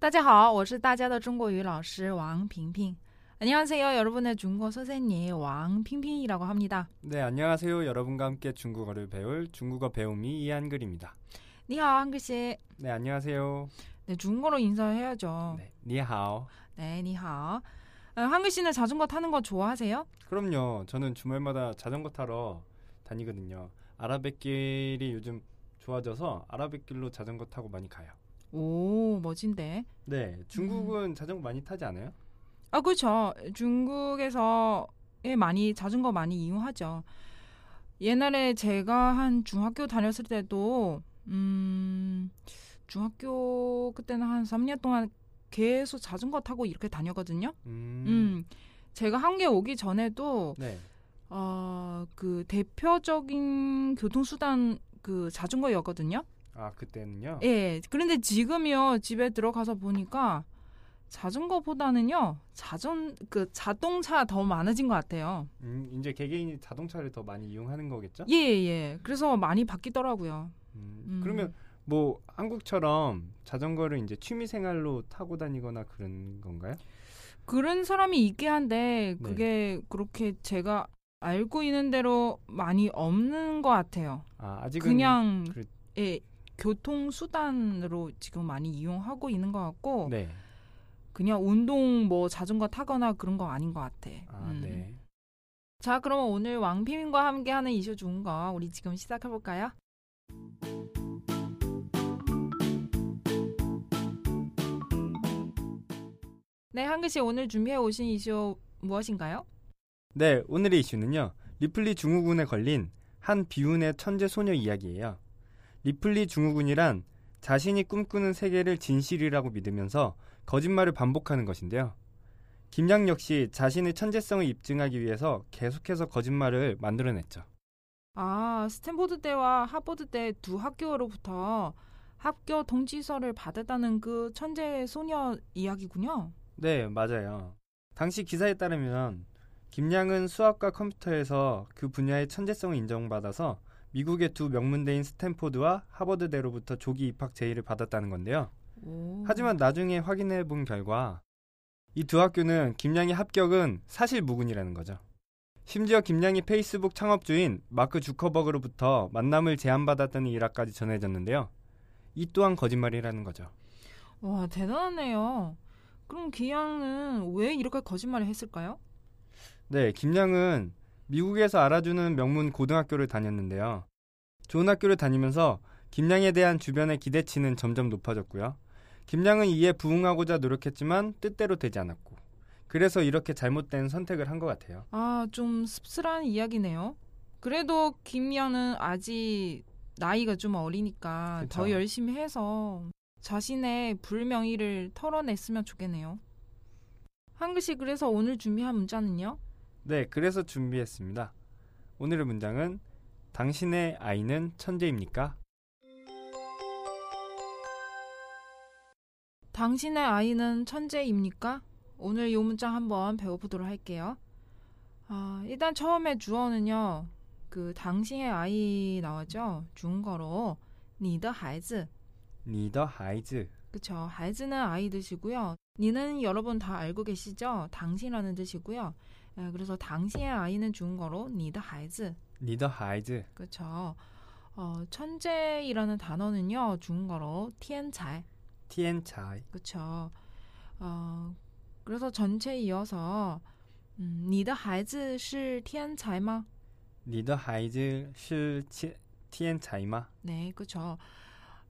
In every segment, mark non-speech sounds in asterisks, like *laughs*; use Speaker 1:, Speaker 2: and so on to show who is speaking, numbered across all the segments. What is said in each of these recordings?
Speaker 1: 大家好,我是大家的中国语老师王平平. 안녕하세요, 여러분의 중국어 선생님 왕핑핑이라고 합니다.
Speaker 2: 네, 안녕하세요. 여러분과 함께 중국어를 배울 중국어 배움이 이한글입니다.
Speaker 1: 니하오 한글 씨.
Speaker 2: 네, 안녕하세요.
Speaker 1: 네, 중국어로 인사해야죠.
Speaker 2: 네, 니하오.
Speaker 1: 네, 니하. 어, 한글 씨는 자전거 타는 거 좋아하세요?
Speaker 2: 그럼요. 저는 주말마다 자전거 타러 다니거든요. 아라뱃길이 요즘 좋아져서 아라뱃길로 자전거 타고 많이 가요.
Speaker 1: 오, 멋진데.
Speaker 2: 네, 중국은
Speaker 1: 음.
Speaker 2: 자전거 많이 타지 않아요?
Speaker 1: 아, 그렇죠. 중국에서 예, 많이 자전거 많이 이용하죠. 옛날에 제가 한 중학교 다녔을 때도 음, 중학교 그때는 한 3년 동안 계속 자전거 타고 이렇게 다녔거든요.
Speaker 2: 음.
Speaker 1: 음. 제가 한국에 오기 전에도
Speaker 2: 네.
Speaker 1: 어, 그 대표적인 교통수단 그 자전거였거든요.
Speaker 2: 아, 그때는요?
Speaker 1: 예. 그런데 지금요 집에 들어가서 보니까 자전거보다는요 자전 그 자동차 더 많아진 것 같아요.
Speaker 2: 음, 이제 개개인이 자동차를 더 많이 이용하는 거겠죠?
Speaker 1: 예예. 그래서 많이 바뀌더라고요.
Speaker 2: 음,
Speaker 1: 음.
Speaker 2: 그러면 뭐 한국처럼 자전거를 이제 취미 생활로 타고 다니거나 그런 건가요?
Speaker 1: 그런 사람이 있긴 한데
Speaker 2: 네.
Speaker 1: 그게 그렇게 제가 알고 있는 대로 많이 없는 것 같아요.
Speaker 2: 아, 아직은
Speaker 1: 그냥
Speaker 2: 그래-
Speaker 1: 예 교통 수단으로 지금 많이 이용하고 있는 것 같고
Speaker 2: 네.
Speaker 1: 그냥 운동 뭐 자전거 타거나 그런 거 아닌 것 같아.
Speaker 2: 아,
Speaker 1: 음.
Speaker 2: 네.
Speaker 1: 자, 그럼 오늘 왕피민과 함께하는 이슈 좋은 거 우리 지금 시작해 볼까요? 네, 한글 씨 오늘 준비해 오신 이슈 무엇인가요?
Speaker 2: 네, 오늘의 이슈는요. 리플리 증후군에 걸린 한 비운의 천재 소녀 이야기예요. 리플리 증후군이란 자신이 꿈꾸는 세계를 진실이라고 믿으면서 거짓말을 반복하는 것인데요. 김양 역시 자신의 천재성을 입증하기 위해서 계속해서 거짓말을 만들어냈죠.
Speaker 1: 아, 스탠포드 대와 하버드 대 두 학교로부터 학교 통지서를 받았다는 그 천재 소녀 이야기군요.
Speaker 2: 네, 맞아요. 당시 기사에 따르면 김양은 수학과 컴퓨터에서 그 분야의 천재성을 인정받아서 미국의 두 명문대인 스탠포드와 하버드대로부터 조기 입학 제의를 받았다는 건데요.
Speaker 1: 오.
Speaker 2: 하지만 나중에 확인해 본 결과 이 두 학교는 김양의 합격은 사실 무근이라는 거죠. 심지어 김양이 페이스북 창업주인 마크 주커버그로부터 만남을 제안받았다는 일화까지 전해졌는데요. 이 또한 거짓말이라는 거죠.
Speaker 1: 와, 대단하네요. 그럼 기양은 왜 이렇게 거짓말을 했을까요?
Speaker 2: 네, 김양은 미국에서 알아주는 명문 고등학교를 다녔는데요. 좋은 학교를 다니면서 김양에 대한 주변의 기대치는 점점 높아졌고요. 김양은 이에 부응하고자 노력했지만 뜻대로 되지 않았고. 그래서 이렇게 잘못된 선택을 한 것 같아요.
Speaker 1: 아, 좀 씁쓸한 이야기네요. 그래도 김연은 아직 나이가 좀 어리니까
Speaker 2: 그쵸.
Speaker 1: 더 열심히 해서 자신의 불명의를 털어냈으면 좋겠네요. 한글씨 그래서 오늘 준비한 문자는요?
Speaker 2: 네, 그래서 준비했습니다. 오늘의 문장은 당신의 아이는 천재입니까?
Speaker 1: 당신의 아이는 천재입니까? 오늘 이 문장 한번 배워보도록 할게요. 아, 일단 처음에 주어는요. 그 당신의 아이 나오죠? 중국어로 你的孩子
Speaker 2: 니더 하이즈.
Speaker 1: 그쵸. 알즈는 아이 뜻이고요. 니는 여러분 다 알고 계시죠? 당신이라는 뜻이고요. 예, 그래서 당신의 아이는 중국어로 니더 알즈.
Speaker 2: 니더 하이즈.
Speaker 1: 그쵸. 어, 천재이라는 단어는요. 중국어로 天才.
Speaker 2: 티엔차이.
Speaker 1: 그쵸. 어, 그래서 전체 이어서 음, 니더 알즈 是天才吗?
Speaker 2: 니더 하이즈 실 티엔차이마.
Speaker 1: 네, 그렇죠.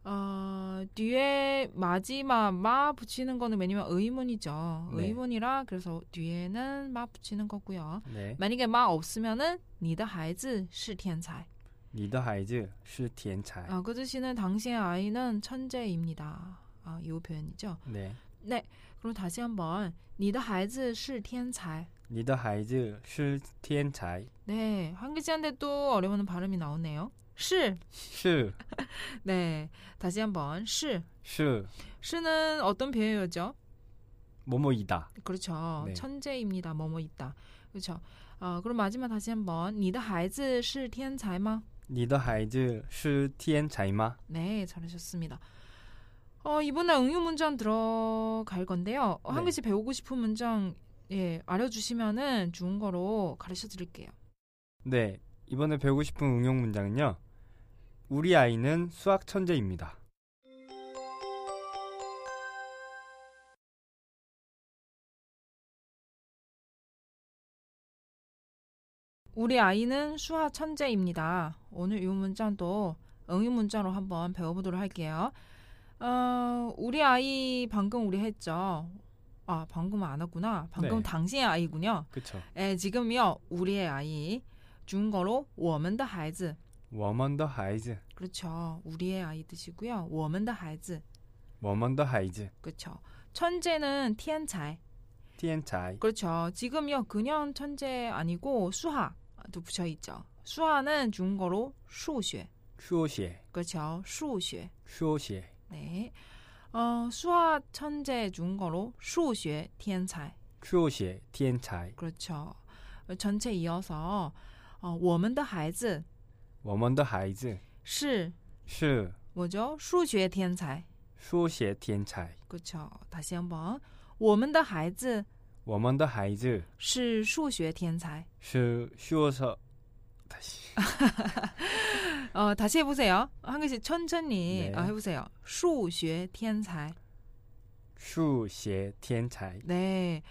Speaker 1: 어, 뒤에 마지막 마 붙이는 거는 왜냐면 의문이죠.
Speaker 2: 네.
Speaker 1: 의문이라 그래서 뒤에는 마 붙이는 거고요.
Speaker 2: 네.
Speaker 1: 만약에 마 없으면은 니더 하이즈 시天才.
Speaker 2: 你的孩子是天才。
Speaker 1: 아, 그 뜻이는 당신의 아이는 천재입니다. 아, 이 표현이죠.
Speaker 2: 네.
Speaker 1: 네. 그리고 다시 한번 你的孩子是天才.
Speaker 2: 니더 하이즈 슐티엔 차이.
Speaker 1: 네, 한 글자인데 또 어려운 발음이 나오네요. 是.
Speaker 2: 슈,
Speaker 1: 네, 다시 한번 是.
Speaker 2: 슈,
Speaker 1: 是는 어떤 비유어죠?
Speaker 2: 뭐뭐이다.
Speaker 1: 그렇죠.
Speaker 2: 네.
Speaker 1: 천재입니다. 뭐뭐 있다. 그렇죠. 어, 그럼 마지막 다시 한번 你的孩子是天才吗?
Speaker 2: 니더 하이즈 슐티엔 차이마.
Speaker 1: 네, 잘하셨습니다. 어, 이번에 응용 문장 들어갈 건데요. 어, 한
Speaker 2: 네.
Speaker 1: 글씨 배우고 싶은 문장 예, 알려주시면은 중국어로 가르쳐 드릴게요.
Speaker 2: 네, 이번에 배우고 싶은 응용 문장은요. 우리 아이는 수학 천재입니다.
Speaker 1: 우리 아이는 수학 천재입니다. 오늘 이 문장도 응용 문장으로 한번 배워보도록 할게요. 어, 우리 아이 방금 우리 했죠. 아, 방금은 안 했구나. 방금
Speaker 2: 네.
Speaker 1: 당신의 아이군요.
Speaker 2: 그쵸.
Speaker 1: 예, 지금요. 우리의 아이. 중국어로 我们的孩子.
Speaker 2: 워먼 더 하이즈,
Speaker 1: 그렇죠. 우리의 아이 뜻이고요. 我们的孩子.
Speaker 2: 워먼 더 하이즈,
Speaker 1: 그렇죠. 천재는 티안차이.
Speaker 2: 티엔 차이.
Speaker 1: 그렇죠. 지금요. 그냥 천재 아니고 수학도 붙여 있죠. 수학은 중국어로 数学.
Speaker 2: 슈오시에,
Speaker 1: 그렇죠. 数学.
Speaker 2: 슈오시에,
Speaker 1: 네. 어, 수학 천재 중국어로 数学天才.
Speaker 2: 슈오시에, 티엔 차이.
Speaker 1: 그렇죠. 전체 이어서 어, 我们的孩子
Speaker 2: 워먼 더 하이즈,
Speaker 1: 是
Speaker 2: 슈,
Speaker 1: 뭐죠? 数学天才.
Speaker 2: 슈오시에, 티엔 차이.
Speaker 1: 그렇죠. 다시 한번. 我们的孩子
Speaker 2: 워먼 더 하이즈,
Speaker 1: 是数学天才.
Speaker 2: 슈, 슈어서, 다시.
Speaker 1: 어, 다시 해보세요. 한 글씩 천천히
Speaker 2: 네.
Speaker 1: 어, 해보세요. 数学天才.
Speaker 2: 슈시에, 티엔 차이.
Speaker 1: 네.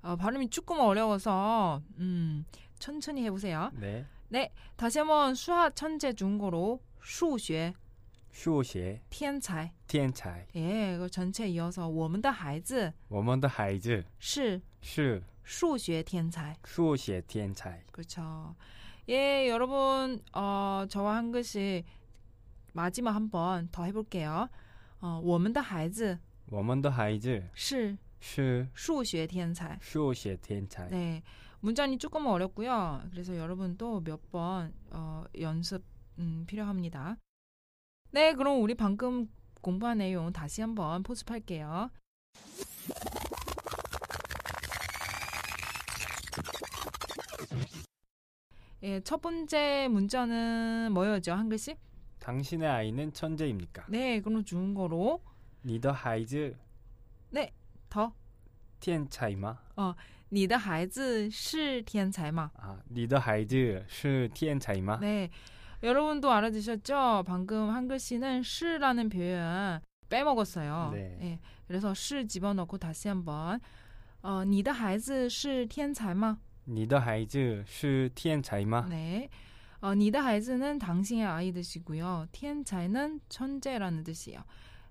Speaker 1: 어, 발음이 조금 어려워서 음, 천천히 해보세요.
Speaker 2: 네,
Speaker 1: 다시 한번 수학 천재 중고로 数学
Speaker 2: 슈오시에,
Speaker 1: 天才.
Speaker 2: 티엔 차이.
Speaker 1: 예, 그 전체 이어서 我们的孩子
Speaker 2: 워먼 더 하이즈,
Speaker 1: 是
Speaker 2: 슈,
Speaker 1: 数学天才.
Speaker 2: 슈오시에, 티엔 차이.
Speaker 1: 그렇죠. 예, 여러분, 어, 저와 한 글씨 마지막 한 번 더 해볼게요. 어, 我们的孩子
Speaker 2: 워먼 더 하이즈,
Speaker 1: 是
Speaker 2: 슈,
Speaker 1: 数学天才.
Speaker 2: 슈오시에, 티엔 차이.
Speaker 1: 네, 문장이 조금 어렵고요. 그래서 여러분도 몇 번 어, 연습 음, 필요합니다. 네, 그럼 우리 방금 공부한 내용 다시 한번 포습할게요. 예, 첫 번째 문자는 뭐였죠? 한 글씩?
Speaker 2: 당신의 아이는 천재입니까?
Speaker 1: 네, 그럼 좋은 거로
Speaker 2: 니더 하이즈,
Speaker 1: 더.
Speaker 2: 티엔 차이마.
Speaker 1: 啊你的孩子是天才吗?
Speaker 2: 아, 니더 하이즈, 슈, 티엔 차이마.
Speaker 1: 네. 여러분도 알아주셨죠? 방금 한 글씨는 시라는 표현 빼먹었어요.
Speaker 2: 네.
Speaker 1: 예, 그래서 시 집어넣고 다시 한번 어, 你的孩子是天才吗?
Speaker 2: 니더 하이즈, 슈, 티엔 차이마.
Speaker 1: 네. 어, 你的孩子는 당신의 아이 뜻이고요. 天才는 천재라는 뜻이에요.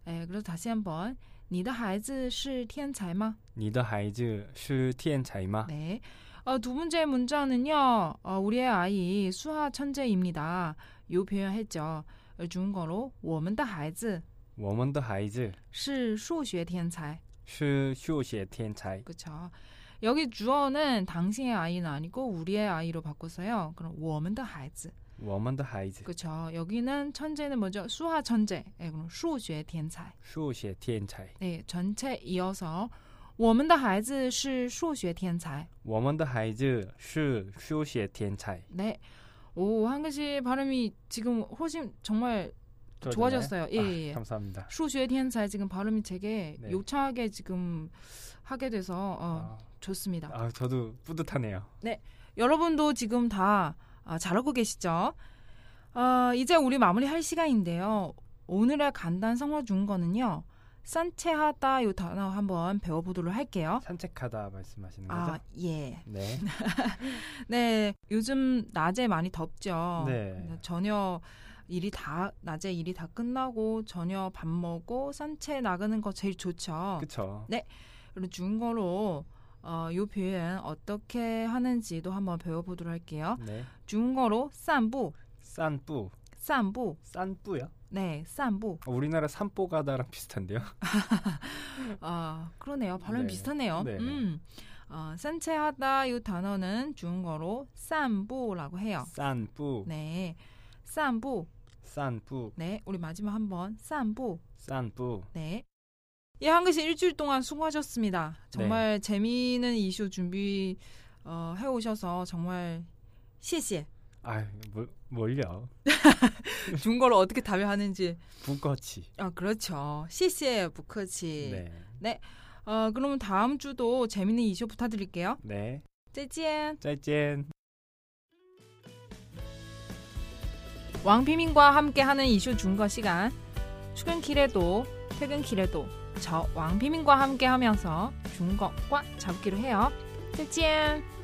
Speaker 1: 예, 그래서 다시 한번 你的孩子是天才吗?
Speaker 2: 니더 하이즈, 슈, 티엔 차이마.
Speaker 1: 네. 어, 두 번째 문자는요. 어, 우리의 아이 수학 천재입니다. 요 표현했죠. 어, 중국어로 我们的孩子
Speaker 2: 워먼더 하이즈,
Speaker 1: 是数学天才.
Speaker 2: 슈, 슈오시의 티엔 차이.
Speaker 1: 그렇죠. 여기 주어는 당신의 아이는 아니고 우리의 아이로 바꿨어요. 그럼 我们的孩子.
Speaker 2: 워먼더 하이즈,
Speaker 1: 그렇죠. 여기는 천재는 뭐죠? 수학 천재. 예, 그럼 数学天才.
Speaker 2: 슈오시의 티엔 차이.
Speaker 1: 네, 전체 이어서 我们的孩子是数学天才.
Speaker 2: 워먼더 하이즈, 슈, 슈오시의 티엔 차이.
Speaker 1: 네. 오, 한글씨 발음이 지금 훨씬 정말 좋아졌어요. 예,
Speaker 2: 아,
Speaker 1: 예, 예.
Speaker 2: 감사합니다.
Speaker 1: 수주의 텐사에 지금 발음이 되게
Speaker 2: 네.
Speaker 1: 요차하게 지금 하게 돼서 어,
Speaker 2: 아,
Speaker 1: 좋습니다.
Speaker 2: 아, 저도 뿌듯하네요.
Speaker 1: 여러분도 지금 다 아, 잘하고 계시죠? 아, 이제 우리 마무리할 시간인데요. 오늘의 간단 성어 중거는요. 산체하다 요 단어 한번 배워보도록 할게요.
Speaker 2: 산책하다 말씀하시는 거죠?
Speaker 1: 아, 예.
Speaker 2: 네.
Speaker 1: 네, 요즘 낮에 많이 덥죠.
Speaker 2: 네.
Speaker 1: 저녁 일이 다 낮에 일이 다 끝나고 저녁 밥 먹고 산책 나가는 거 제일 좋죠.
Speaker 2: 그쵸.
Speaker 1: 그리고 중국어로 어, 요 표현 어떻게 하는지도 한번 배워보도록 할게요.
Speaker 2: 네.
Speaker 1: 중국어로 산부,
Speaker 2: 산뿌,
Speaker 1: 산보.
Speaker 2: 싼뿌요?
Speaker 1: 네, 산보.
Speaker 2: 어, 우리나라 산뽀가다랑 비슷한데요.
Speaker 1: 아, 그러네요. 발음이
Speaker 2: 네.
Speaker 1: 비슷하네요.
Speaker 2: 네.
Speaker 1: 음. 어, 산책하다 이 단어는 중국어로 산보라고 해요.
Speaker 2: 싼뿌,
Speaker 1: 아. 네. 산보.
Speaker 2: 싼뿌,
Speaker 1: 네, 우리 마지막 한번 산보.
Speaker 2: 싼뿌.
Speaker 1: 네. 예, 한글씨 일주일 동안 수고하셨습니다.
Speaker 2: 네.
Speaker 1: 정말 재미있는 이슈 준비 어, 해오셔서 정말 谢谢.
Speaker 2: 아, 뭐, 뭘요?
Speaker 1: *laughs* 중국어로 어떻게 답변하는지.
Speaker 2: 부거치.
Speaker 1: 아, 그렇죠. 谢谢, 부커치.
Speaker 2: 네.
Speaker 1: 어, 그러면 다음 주도 재미있는 이슈 부탁드릴게요.
Speaker 2: 네.
Speaker 1: 再见.
Speaker 2: 짜이젠.
Speaker 1: 왕피민과 함께하는 이슈 중거 시간. 출근길에도 퇴근길에도 저 왕피민과 함께하면서 중국과 잡기로 해요. 再见.